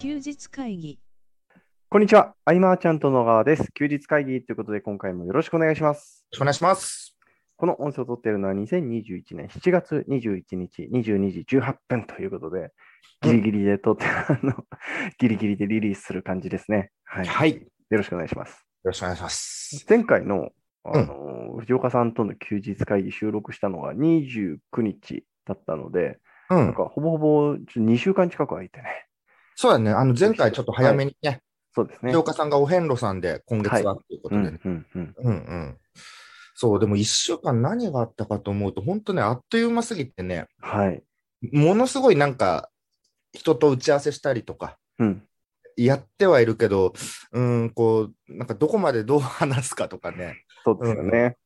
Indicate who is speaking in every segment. Speaker 1: 休日会議。
Speaker 2: こんにちは。アイマーちゃんと野川です。休日会議ということで、今回もよろしくお願いします。
Speaker 3: お願いします。
Speaker 2: この音声を撮っているのは2021年7月21日22時18分ということで、ギリギリで撮って、あの、ギリギリでリリースする感じですね。はい。よ
Speaker 3: はい。よ
Speaker 2: ろしくお願いします。
Speaker 3: ろしくお願いします。
Speaker 2: 前回の、あの、藤岡さんとの休日会議収録したのが29日だったので、
Speaker 3: う
Speaker 2: なん
Speaker 3: ん。
Speaker 2: かほぼほぼ2週間近く空いてね。
Speaker 3: そうだね。あの、前回ちょっと早めにね、
Speaker 2: そうですね。
Speaker 3: 藤岡さんがお遍路さんで今月はっていうこと
Speaker 2: う
Speaker 3: で
Speaker 2: ん
Speaker 3: ね。
Speaker 2: うんうん。
Speaker 3: うんうん。そう、でも一週間何があったかと思うと、本当ね、あっという間すぎてね、
Speaker 2: はい。
Speaker 3: ものすごいなんか、人と打ち合わせしたりとか、
Speaker 2: うん。
Speaker 3: やってはいるけど、うん、こう、なんかどこまでどう話すかとかね。
Speaker 2: そうですよね。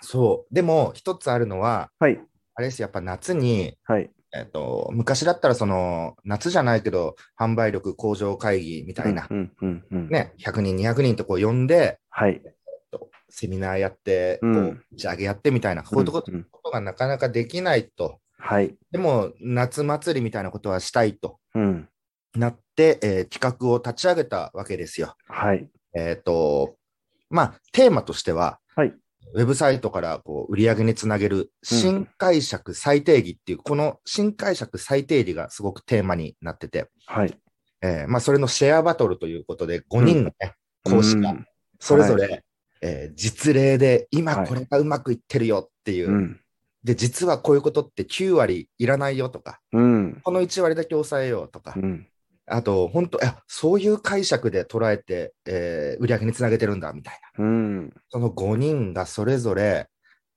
Speaker 3: そう。でも、一つあるのは、
Speaker 2: はい。
Speaker 3: あれです、やっぱ夏に、
Speaker 2: はい。
Speaker 3: えっと、昔だったらその夏じゃないけど販売力向上会議みたいな、
Speaker 2: うんうんうん。
Speaker 3: ね、100人200人とこう呼んで、
Speaker 2: はい。
Speaker 3: えっとセミナーやって、こ
Speaker 2: う
Speaker 3: うん打ち上げやってみたいな、こういうとこ
Speaker 2: うんうん
Speaker 3: ことがなかなかできないと。
Speaker 2: はい。
Speaker 3: でも夏祭りみたいなことはしたいと
Speaker 2: うん。
Speaker 3: なって、えー企画を立ち上げたわけですよ。
Speaker 2: はい。
Speaker 3: えっ、と、まあ、テーマとしては、
Speaker 2: はい
Speaker 3: ウェブサイトからこう売り上げにつなげる新解釈再定義っていう、この新解釈再定義がすごくテーマになってて、
Speaker 2: はい。
Speaker 3: えーまあ、それのシェアバトルということで、5人の、ね講師
Speaker 2: う
Speaker 3: が
Speaker 2: ん
Speaker 3: それぞれ、えー実例で今これがうまくいってるよっていう、
Speaker 2: うん。
Speaker 3: で、実はこういうことって9割いらないよとか、
Speaker 2: うん。
Speaker 3: この1割だけ抑えようとか、
Speaker 2: うん。
Speaker 3: あと、本当、いやそういう解釈で捉えて、えー売り上げにつなげてるんだみたいな。
Speaker 2: うん。
Speaker 3: その5人がそれぞれ、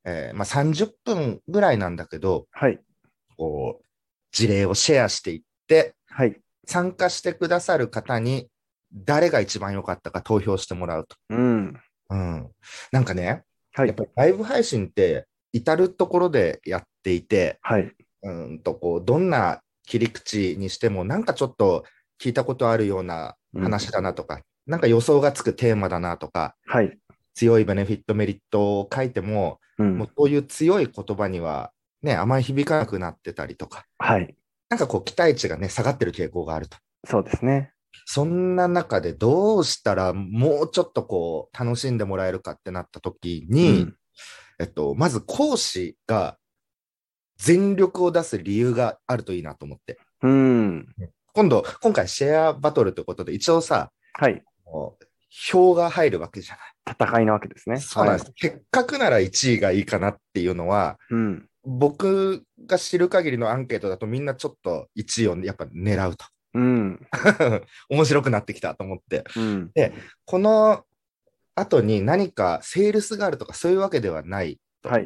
Speaker 3: えーまあ、30分ぐらいなんだけど、
Speaker 2: はい。
Speaker 3: こう、事例をシェアしていって、
Speaker 2: はい。
Speaker 3: 参加してくださる方に誰が一番良かったか投票してもらうと。
Speaker 2: うん。
Speaker 3: うん、なんかね、
Speaker 2: は
Speaker 3: や
Speaker 2: い
Speaker 3: っぱ。りライブ配信って至るところでやっていて、
Speaker 2: はい。
Speaker 3: うんとこうどんな切り口にしてもなんかちょっと聞いたことあるような話だなとか、なんか予想がつくテーマだなとか、
Speaker 2: はい。
Speaker 3: 強いベネフィットメリットを書いても、
Speaker 2: う。
Speaker 3: もうんそういう強い言葉にはね、あまり響かなくなってたりとか、
Speaker 2: はい。
Speaker 3: なんかこう期待値がね、下がってる傾向があると。
Speaker 2: そうですね。
Speaker 3: そんな中でどうしたらもうちょっとこう楽しんでもらえるかってなった時
Speaker 2: う
Speaker 3: に、
Speaker 2: ん。
Speaker 3: えっと、まず講師が全力を出す理由があるといいなと思って。
Speaker 2: うん。
Speaker 3: 今度、今回シェアバトルということで一応さ、
Speaker 2: はい。
Speaker 3: もう票が入るわけじゃ
Speaker 2: 戦いなわけですね。
Speaker 3: ない。そうなんです。
Speaker 2: はい。
Speaker 3: せっかくなら1位がいいかなっていうのは、
Speaker 2: うん。
Speaker 3: 僕が知る限りのアンケートだとみんなちょっと1位をやっぱ狙うと。
Speaker 2: うん。
Speaker 3: 面白くなってきたと思って。
Speaker 2: うん。
Speaker 3: この後に何かセールスがあるとかそういうわけではないと。
Speaker 2: はい。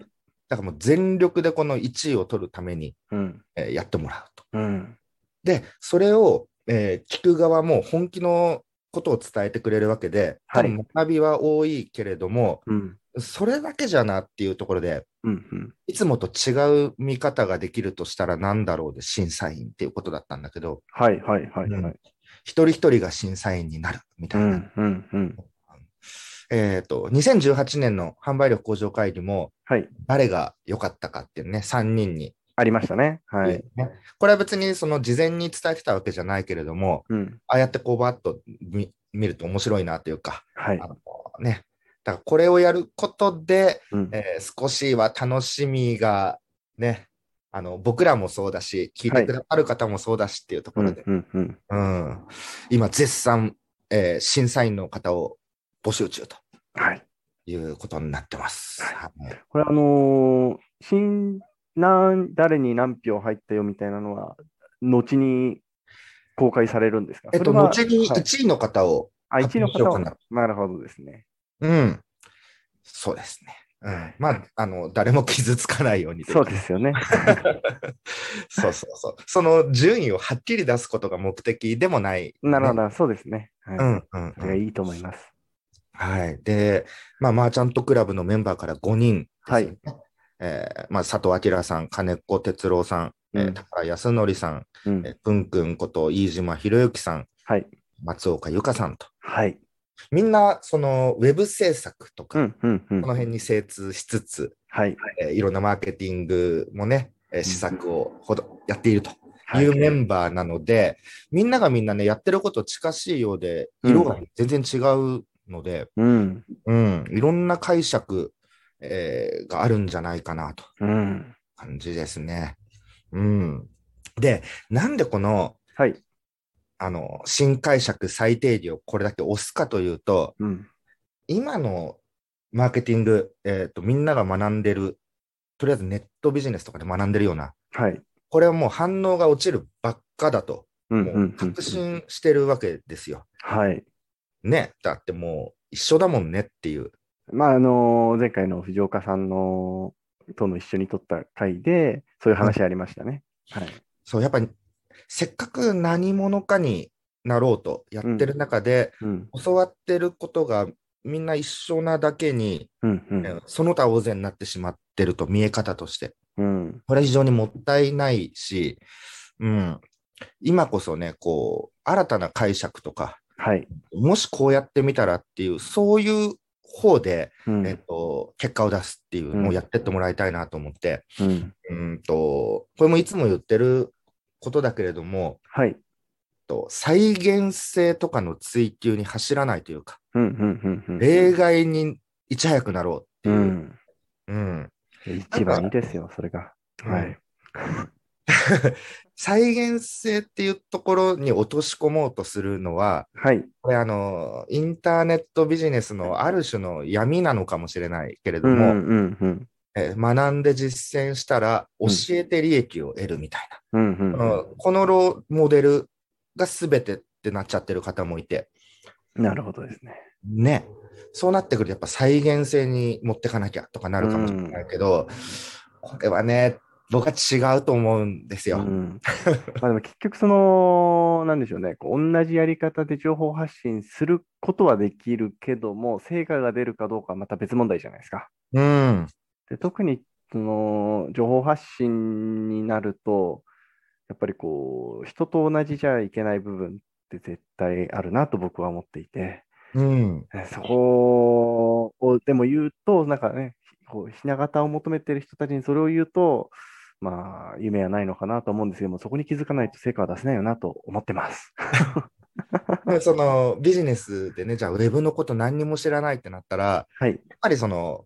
Speaker 3: だからもう全力でこの1位を取るために、
Speaker 2: うん。
Speaker 3: えーやってもらうと。
Speaker 2: うん。
Speaker 3: で、それを、えー聞く側も本気のことを伝えてくれるわけで、
Speaker 2: は
Speaker 3: 多
Speaker 2: い
Speaker 3: 分学びは多いけれども、
Speaker 2: うん。
Speaker 3: それだけじゃなっていうところで、
Speaker 2: うん。
Speaker 3: いつもと違う見方ができるとしたら何だろうで審査員っていうことだったんだけど、
Speaker 2: はい。はい。はい。はい。
Speaker 3: 一人一人が審査員になるみ
Speaker 2: う
Speaker 3: たいな。
Speaker 2: ん。うん。うん。
Speaker 3: えっ、と、2018年の販売力向上会議も、
Speaker 2: はい。
Speaker 3: 誰が良かったかっていうね、3人に。
Speaker 2: ありましたね。はい。
Speaker 3: ねこれは別にその事前に伝えてたわけじゃないけれども、
Speaker 2: うん。
Speaker 3: ああやってこうバッと見見ると面白いなというか、
Speaker 2: はい
Speaker 3: あ。のね、だからこれをやることで、
Speaker 2: うん。
Speaker 3: えー少しは楽しみがね、あの僕らもそうだし、聞いてくださる方もそうだしっていうとこ
Speaker 2: う
Speaker 3: ろで
Speaker 2: ん。、うん。うん。
Speaker 3: うん今絶賛、えー審査員の方を募集中と
Speaker 2: はい。
Speaker 3: いうことになってます。はい
Speaker 2: これあのー新何誰に何票入ったよみたいなのは後に公開されるんですか
Speaker 3: えっと、
Speaker 2: それは
Speaker 3: 後に
Speaker 2: はい
Speaker 3: 1位の方を、
Speaker 2: あ一位の
Speaker 3: 発表
Speaker 2: 方
Speaker 3: しようか
Speaker 2: は
Speaker 3: な
Speaker 2: なるほどですね。
Speaker 3: うん、そうですね。うん、まあ、あの、誰も傷つかないようにとい
Speaker 2: そう
Speaker 3: か
Speaker 2: ですよね。
Speaker 3: そうそうそう。その順位をはっきり出すことが目的でもない、
Speaker 2: なるほど、そうですね。はい。
Speaker 3: ね。うんうん
Speaker 2: それ
Speaker 3: う
Speaker 2: が
Speaker 3: ん。
Speaker 2: いいと思います。
Speaker 3: はい。で、まあ、マーチャントクラブのメンバーから5人、
Speaker 2: はい。
Speaker 3: えーまあ、佐藤明さん、金子哲郎さん、え
Speaker 2: う
Speaker 3: ー、
Speaker 2: ん
Speaker 3: 高安則さん、
Speaker 2: うん
Speaker 3: えー、ぷんくんこと飯島博之さん、
Speaker 2: はい。
Speaker 3: 松岡由香さんと。
Speaker 2: はい。
Speaker 3: みんな、その、ウェブ制作と
Speaker 2: う
Speaker 3: か、
Speaker 2: んうんうん
Speaker 3: この。辺に精通しつつ、
Speaker 2: はい。
Speaker 3: えーいろんなマーケティングもね、えー施策をほどやっているというメ
Speaker 2: ン
Speaker 3: ンバーなので、みんながみんなね、やってること近しいようで、色が全然違うので、
Speaker 2: うん。
Speaker 3: うん、いろんな解釈、えーがあるんじゃないかなと
Speaker 2: うん。
Speaker 3: 感じですね。うん。で、なんでこの、
Speaker 2: はい。
Speaker 3: あの、新解釈最定義をこれだけ押すかというと、
Speaker 2: うん。
Speaker 3: 今のマーケティング、えっ、と、みんなが学んでる、とりあえずネットビジネスとかで学んでるような、
Speaker 2: はい。
Speaker 3: これはもう反応が落ちるばっかだと、
Speaker 2: うん
Speaker 3: も
Speaker 2: う
Speaker 3: うん
Speaker 2: うん
Speaker 3: 確。信してるわけですよ。
Speaker 2: はい。
Speaker 3: ね。だってもう一緒だもんねっていう。
Speaker 2: まあ、あの前回の藤岡さんのとの一緒に撮った回で、そういう話ありましたね。はい。
Speaker 3: そう、やっぱり、せっかく何者かになろうとやってる中で、
Speaker 2: うん。
Speaker 3: 教わってることがみんな一緒なだけに、
Speaker 2: うん。う
Speaker 3: えー
Speaker 2: ん。
Speaker 3: その他大勢になってしまってると、見え方として。
Speaker 2: うん。
Speaker 3: これは非常にもったいないし、うん、今こそね、こう、新たな解釈とか、
Speaker 2: はい。
Speaker 3: もしこうやってみたらっていう、そういう方で、
Speaker 2: う
Speaker 3: えっ
Speaker 2: ん。
Speaker 3: と、結果を出すっていう
Speaker 2: うん
Speaker 3: のをやってってもらいたいなと思って、
Speaker 2: うん。
Speaker 3: うんと、これもいつも言ってることだけれども、
Speaker 2: はい。
Speaker 3: と再現性とかの追求に走らないというか、
Speaker 2: うん。うん。うん。
Speaker 3: 例外にいち早くなろうって
Speaker 2: う
Speaker 3: いう、
Speaker 2: ん。
Speaker 3: うん
Speaker 2: 一番いいですよ、それが。はい。
Speaker 3: 再現性っていうところに落とし込もうとするのは、
Speaker 2: はい。
Speaker 3: これあの、インターネットビジネスのある種の闇なのかもしれないけれど
Speaker 2: うん。
Speaker 3: も、
Speaker 2: うん。うん。
Speaker 3: えー学んで実践したら教えて利益を得るみたい
Speaker 2: うん。う
Speaker 3: な。
Speaker 2: ん。
Speaker 3: うんこのロモデルが全てってなっちゃってる方もいて、
Speaker 2: なるほどですね。
Speaker 3: ね。そうなってくるとやっぱ再現性に持ってかなきゃとかなるかもしれないけど、これはね、僕は違うと思うんですよ。
Speaker 2: うん、まあでも結局その、なんでしょうね、こう同じやり方で情報発信することはできるけども、成果が出るかどうかはまた別問題じゃないですか。
Speaker 3: うん。
Speaker 2: で特にその情報発信になると、やっぱりこう、人と同じじゃいけない部分って絶対あるなと僕は思っていて、
Speaker 3: うん。
Speaker 2: えそこをでも言うと、なんかね、こうひな形を求めてる人たちにそれを言うと、まあ、夢はないのかなと思うんですけども、そこに気づかないと成果は出せないよなと思ってます。
Speaker 3: でそのビジネスでね、じゃあウェブのこと何にも知らないってなったら、
Speaker 2: はい。
Speaker 3: やっぱりその、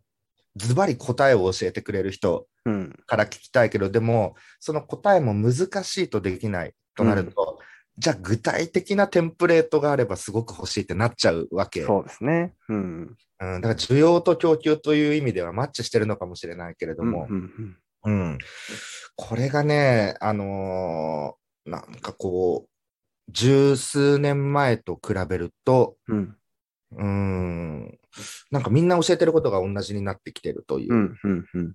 Speaker 3: ズバリ答えを教えてくれる人
Speaker 2: うん。
Speaker 3: から聞きたいけど、でも、その答えも難しいとできないとなると、じゃあ具体的なテンプレートがあればすごく欲しいってなっちゃうわけ。
Speaker 2: そうですね。うん。
Speaker 3: うん、だから需要と供給という意味ではマッチしてるのかもしれないけれども、
Speaker 2: うんうん
Speaker 3: うんこれがね、あのーなんかこう、十数年前と比べると、
Speaker 2: うん。うん。。
Speaker 3: うーん、なんかみんな教えてることが同じになってきてるといううん
Speaker 2: うん。うん。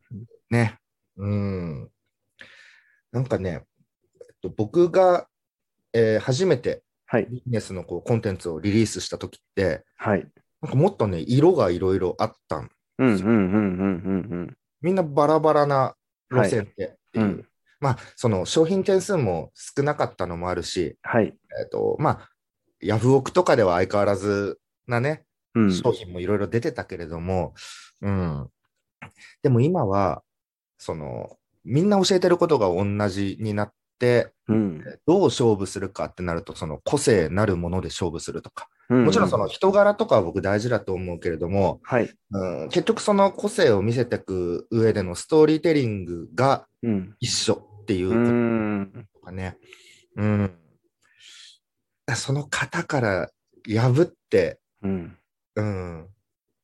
Speaker 3: ね。うん。なんかね、えっと、僕が、えー初めて
Speaker 2: はい。
Speaker 3: ビジネスのこうコンテンツをリリースした時って、
Speaker 2: はい。
Speaker 3: なんかもっとね、色がいろいろあったん。
Speaker 2: うん。うん。うん。うん。
Speaker 3: みんなバラバラな路線でっ
Speaker 2: う
Speaker 3: てい
Speaker 2: ん。う
Speaker 3: う。
Speaker 2: ん。
Speaker 3: まあ、その商品点数も少なかったのもあるし、
Speaker 2: はい。
Speaker 3: えっと、まあ、ヤフオクとかでは相変わらずなね、
Speaker 2: うん。
Speaker 3: 商品もいろいろ出てたけれども、うん。でも今は、その、みんな教えてることが同じになって、
Speaker 2: うん。
Speaker 3: どう勝負するかってなると、その個性なるもので勝負するとか。
Speaker 2: うん。
Speaker 3: もちろんその人柄とかは僕大事だと思うけれども、
Speaker 2: はい。
Speaker 3: うん、結局その個性を見せていく上でのストーリーテリングが
Speaker 2: うん。
Speaker 3: 一緒っていううこ
Speaker 2: ん。
Speaker 3: ととかね。うん。その型から破って、
Speaker 2: うん。
Speaker 3: うん、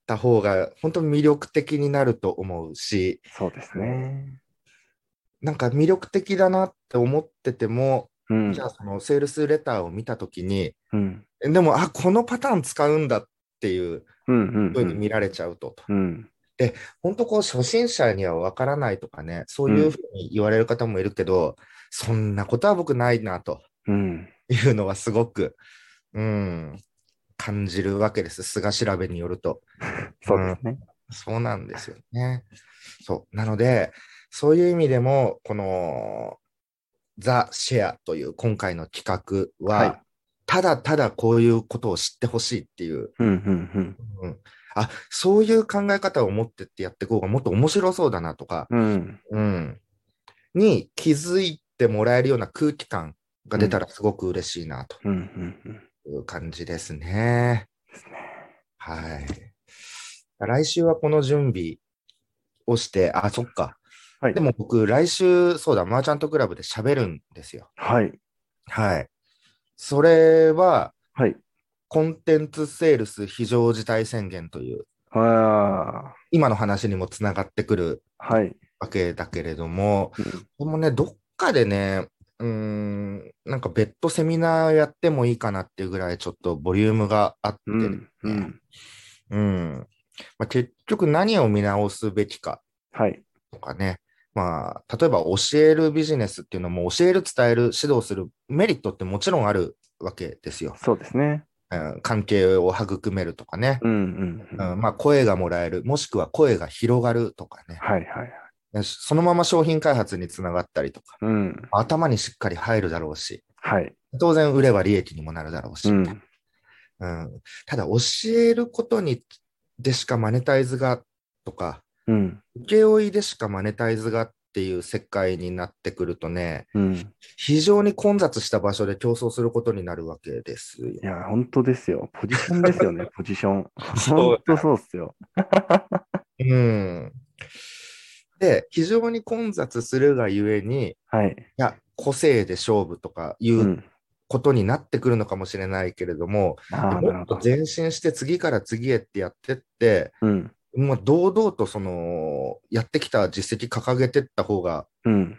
Speaker 3: た方が本当に魅力的になると思うし、
Speaker 2: そうですね。
Speaker 3: なんか魅力的だなって思ってても、
Speaker 2: うん
Speaker 3: じ。ゃあそのセールスレターを見たときに、
Speaker 2: うん。
Speaker 3: えでも、あ、このパターン使うんだっていう
Speaker 2: うん。うん。
Speaker 3: 風に見られちゃうと、
Speaker 2: うん。
Speaker 3: 本当こう初心者にはわからないとかね、そういうふうに言われる方もいるけど、そんなことは僕ないなと
Speaker 2: うん。
Speaker 3: いうのはすごく、うん、感じるわけです。菅調べによると。
Speaker 2: そうですね。
Speaker 3: そうなんですよね。そう。なので、そういう意味でも、この、ザ・シェアという今回の企画は、
Speaker 2: はい
Speaker 3: ただただこういうことを知ってほしいっていう、
Speaker 2: うんうんうん。
Speaker 3: うん、あ、そういう考え方を持ってってやっていこうがもっと面白そうだなとか、
Speaker 2: うん。
Speaker 3: うん、に気づいて、ってもらえるような空気感が出たらすごく嬉しいなと
Speaker 2: うんうんうん。
Speaker 3: いう感じですね。
Speaker 2: ですね。
Speaker 3: はい。来週はこの準備をして、あ、そっか。
Speaker 2: はい
Speaker 3: でも僕、来週、そうだ、マーチャントクラブで喋るんですよ。
Speaker 2: はい。
Speaker 3: はい。それは、
Speaker 2: はい。
Speaker 3: コンテンツセールス非常事態宣言という、
Speaker 2: あ
Speaker 3: 今の話にもつながってくる
Speaker 2: ーはい。
Speaker 3: わけだけれども、
Speaker 2: うん
Speaker 3: これもね、どっかでね、うーん、なんか別途セミナーやってもいいかなっていうぐらい、ちょっとボリュームがあって、う
Speaker 2: うんん。うん。
Speaker 3: まあ、結局何を見直すべきか
Speaker 2: はい。
Speaker 3: とかね、まあ、例えば教えるビジネスっていうのも、教える、伝える、指導するメリットってもちろんあるわけですよ。
Speaker 2: そうですね。
Speaker 3: うん関係を育めるとかね、
Speaker 2: うんうん。
Speaker 3: う
Speaker 2: は
Speaker 3: んまあ、声がもらえる、もしくは声が広がるとかね
Speaker 2: い、はいはい。
Speaker 3: そのまま商品開発につながったりとか、
Speaker 2: うん。
Speaker 3: 頭にしっかり入るだろうし、
Speaker 2: はい。
Speaker 3: 当然売れば利益にもなるだろうし、
Speaker 2: うん。
Speaker 3: うんただ教えることにでしかマネタイズがとか、
Speaker 2: うん。
Speaker 3: 請負いでしかマネタイズがっていう世界になってくるとね、
Speaker 2: うん。
Speaker 3: 非常に混雑した場所で競争することになるわけですよ。
Speaker 2: いや、本当ですよ。ポジションですよね、ポジション。
Speaker 3: そう
Speaker 2: 本当そうっすよ。
Speaker 3: うん、で、非常に混雑するがゆえに、い
Speaker 2: はい。。
Speaker 3: や、個性で勝負とかいううんことになってくるのかもしれないけれども、
Speaker 2: ああ、なるほ
Speaker 3: もっと
Speaker 2: ど。
Speaker 3: 前進して次から次へってやってって、
Speaker 2: うん。
Speaker 3: まあ、堂々とそのやってきた実績掲げてった方が、
Speaker 2: うん。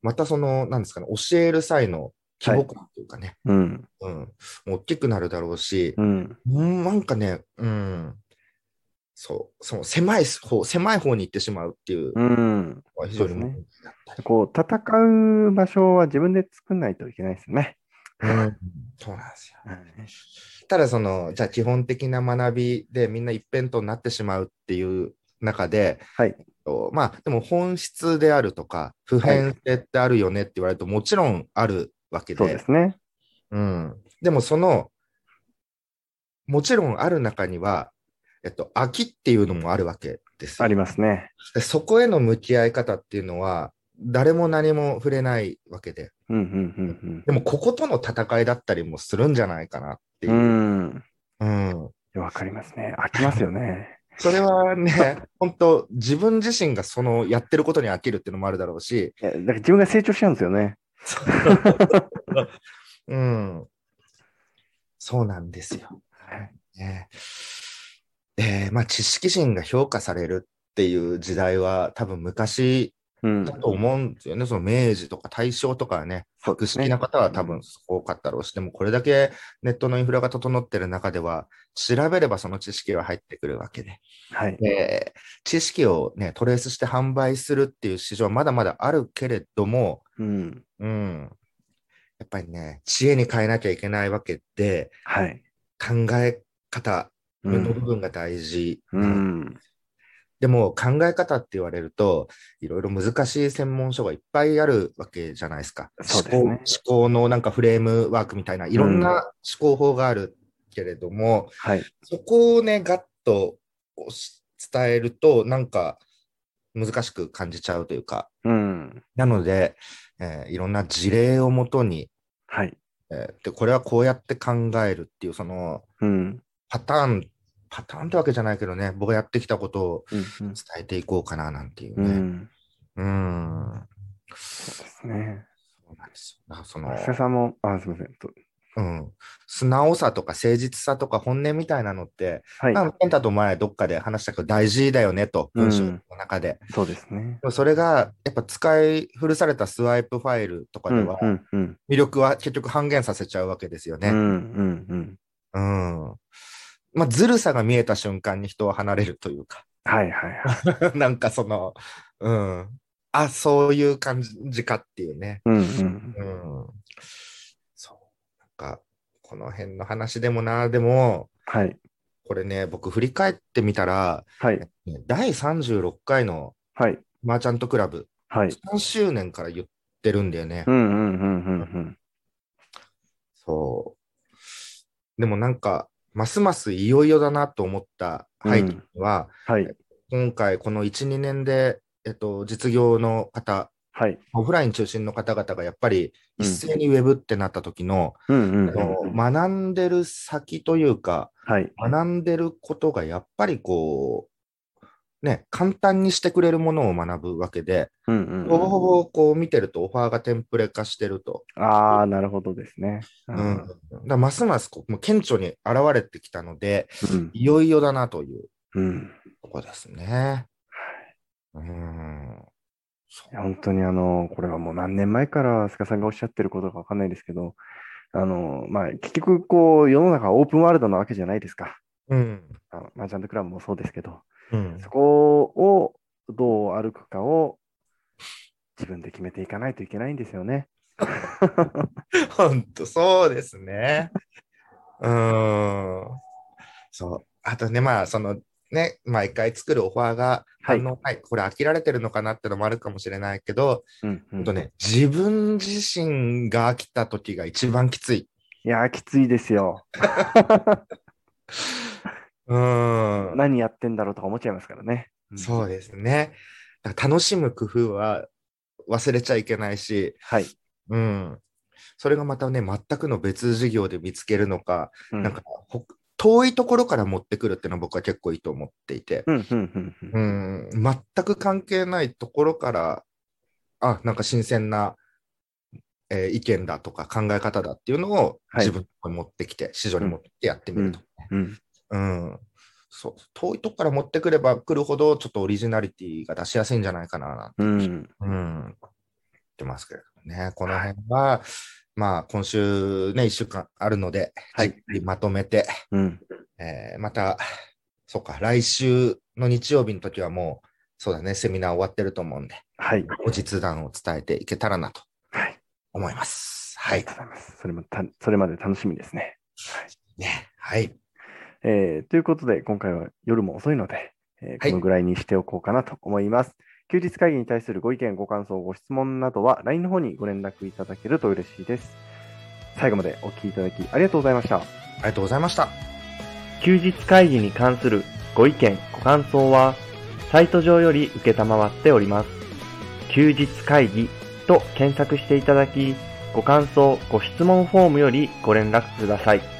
Speaker 3: またその、なんですかね、教える際の規模感というかね、
Speaker 2: うん。
Speaker 3: うん、大きくなるだろうし、
Speaker 2: うん。
Speaker 3: うん、なんかね、うん、そう、その狭い方、狭い方に行ってしまうっていう
Speaker 2: うん。
Speaker 3: のは非常に
Speaker 2: そうです
Speaker 3: 問題だったり
Speaker 2: こう、戦う場所は自分で作んないといけないですよね。
Speaker 3: うんそうなんですよ。ただその、じゃあ基本的な学びでみんな一辺倒になってしまうっていう中で、
Speaker 2: はい
Speaker 3: とまあでも本質であるとか、普遍性ってあるよねって言われるともちろんあるわけで、
Speaker 2: そうですね。
Speaker 3: うん、でもその、もちろんある中には、えっと、飽きっていうのもあるわけですよ
Speaker 2: ありますね。
Speaker 3: でそこへの向き合い方っていうのは、誰も何も触れないわけで、
Speaker 2: うんうん
Speaker 3: でもこことの戦いだったりもするんじゃないかなって
Speaker 2: う
Speaker 3: い
Speaker 2: んう
Speaker 3: う。
Speaker 2: ん。うん。
Speaker 3: うん
Speaker 2: いやわかりますね。飽きますよね。
Speaker 3: それはね、本当自分自身がそのやってることに飽きるっていうのもあるだろうし、
Speaker 2: いやだから自分が成長しちゃうんですよね。
Speaker 3: うん。そうなんですよ。
Speaker 2: はい
Speaker 3: ねで、まあ、知識人が評価されるっていう時代は多分昔
Speaker 2: うん
Speaker 3: だ。と思うんですよね。その明治とか大正とかはね、
Speaker 2: そう
Speaker 3: 博
Speaker 2: です
Speaker 3: 識
Speaker 2: ね
Speaker 3: な方は多分多かったろうし、でもこれだけネットのインフラが整ってる中では、調べればその知識は入ってくるわけで。
Speaker 2: はい。
Speaker 3: で知識をね、トレースして販売するっていう市場はまだまだあるけれども、
Speaker 2: うん。
Speaker 3: うん。やっぱりね、知恵に変えなきゃいけないわけで、
Speaker 2: はい。
Speaker 3: 考え方
Speaker 2: う
Speaker 3: の部
Speaker 2: ん。
Speaker 3: 分が大事。
Speaker 2: うん。
Speaker 3: でも考え方って言われると、いろいろ難しい専門書がいっぱいあるわけじゃないですか。
Speaker 2: そうですね
Speaker 3: 思考思考のなんかフレームワークみたいな、いろんな思考法があるけれども、
Speaker 2: はい。
Speaker 3: そこをね、ガッとこうし伝えると、なんか難しく感じちゃうというか、
Speaker 2: うん。
Speaker 3: なので、えーいろんな事例をもとに、
Speaker 2: はい。
Speaker 3: えーで、これはこうやって考えるっていう、その
Speaker 2: うん。
Speaker 3: パターン、パターンってわけじゃないけどね、僕がやってきたことを
Speaker 2: うんうん
Speaker 3: 伝えていこうかななんていう
Speaker 2: う
Speaker 3: ね。
Speaker 2: ん。
Speaker 3: うん。
Speaker 2: そうですね。
Speaker 3: そうなんですよ。だからその、
Speaker 2: 安田さんも、あ、すみません。と
Speaker 3: うん。素直さとか誠実さとか本音みたいなのって、
Speaker 2: はい。
Speaker 3: まあペンタと前どっかで話したけど大事だよねと、文章の中で。
Speaker 2: そうですね。
Speaker 3: でもそれが、やっぱ使い古されたスワイプファイルとか
Speaker 2: う
Speaker 3: で
Speaker 2: ん
Speaker 3: は、
Speaker 2: うんうん。
Speaker 3: 魅力は結局半減させちゃうわけですよ
Speaker 2: うんう
Speaker 3: ね。
Speaker 2: んうん。
Speaker 3: うん。まあ、ずるさが見えた瞬間に人は離れるというか、
Speaker 2: はいはいはい。
Speaker 3: なんかその、うん。あ、そういう感じかっていうね。
Speaker 2: うんうん。
Speaker 3: うん。そう。なんか、この辺の話でもな、でも、
Speaker 2: はい。
Speaker 3: これね、僕振り返ってみたら、
Speaker 2: はい。
Speaker 3: 第36回の
Speaker 2: はい。
Speaker 3: マーチャントクラブ、
Speaker 2: はい。
Speaker 3: 3周年から言ってるんだよね。
Speaker 2: うんうんうんうんうん。
Speaker 3: そう。でもなんか、ますますいよいよだなと思った背景には、
Speaker 2: はい。
Speaker 3: 今回この1、2年で、えっと、実業の方
Speaker 2: はい。
Speaker 3: オフライン中心の方々がやっぱり一斉にウェブってなった時の、
Speaker 2: うんうん
Speaker 3: あ
Speaker 2: うん
Speaker 3: の
Speaker 2: うん。
Speaker 3: 学んでる先というか、
Speaker 2: はい。
Speaker 3: 学んでることがやっぱりこう、ね、簡単にしてくれるものを学ぶわけで、
Speaker 2: うんうん
Speaker 3: ほぼほ
Speaker 2: う
Speaker 3: ぼこう見てるとオファーがテンプレ化してると。
Speaker 2: ん。ああ、なるほどですね。う
Speaker 3: うんだからますますこうもう顕著に現れてきたので、
Speaker 2: うん。
Speaker 3: いよいよだなという
Speaker 2: うん。
Speaker 3: とこですね。うん。そ
Speaker 2: いや本当にあの、これはもう何年前から須賀さんがおっしゃってることかわかんないですけど、あの、まあ、結局、こう、世の中はオープンワールドなわけじゃないですか。
Speaker 3: う。うん。
Speaker 2: あのマーチャントクラブもそうですけど、
Speaker 3: うん
Speaker 2: そこをどう歩くかを自分で決めていかないといけないんですよね。
Speaker 3: 本当そうですね。 うーん。そう。あとね、まあ、そのね、毎回作るオファーが
Speaker 2: はい
Speaker 3: 反応ない、これ飽きられてるのかなってのもあるかもしれないけど、
Speaker 2: うんうん
Speaker 3: 本当ね、自分自身が飽きた時が一番きつい。
Speaker 2: いやー、きついですよ。
Speaker 3: うーん。
Speaker 2: 何やってんだろうとか思っちゃいますからね。
Speaker 3: そう
Speaker 2: で
Speaker 3: ですね。だから楽しむ工夫は忘れちゃいけないし、
Speaker 2: す。はい。
Speaker 3: うん。それがまたね、全くの別事業で見つけるのか、
Speaker 2: う
Speaker 3: なんか、ほ遠いところから持ってくるっていうのは僕は結構いいと思っていて、
Speaker 2: うんうんうんうん
Speaker 3: うん、全く関係ないところから、あ、なんか新鮮な、えー意見だとか考え方だっていうのを
Speaker 2: はい
Speaker 3: 自分に持ってきて、市場に持ってきてやってみると。
Speaker 2: うん。
Speaker 3: うん、そう。遠いとこから持ってくれば来るほど、ちょっとオリジナリティが出しやすいんじゃないかな、なんて
Speaker 2: うん。
Speaker 3: うん。言ってますけれどもね。この辺は、まあ、今週ね、1週間あるので、
Speaker 2: はい
Speaker 3: じっくりまとめて、
Speaker 2: うん。
Speaker 3: えーまた、そうか、来週の日曜日の時はもう、そうだね、セミナー終わってると思うんで、
Speaker 2: はい。
Speaker 3: 後日談を伝えていけたらなと
Speaker 2: はい。
Speaker 3: 思います。
Speaker 2: あ
Speaker 3: は
Speaker 2: り
Speaker 3: い
Speaker 2: が。とうございます。それもた、それまで楽しみですね。
Speaker 3: ね、はい。
Speaker 2: えーということで、今回は夜も遅いので、えー
Speaker 3: はい
Speaker 2: このぐらいにしておこうかなと思います。休日会議に対するご意見、ご感想、ご質問などは LINE の方にご連絡いただけると嬉しいです。最後までお聞きいただきありがとうございました。
Speaker 3: ありがとうございました。
Speaker 2: 休日会議に関するご意見、ご感想は、サイト上より受けたまわっております。休日会議と検索していただき、ご感想、ご質問フォームよりご連絡ください。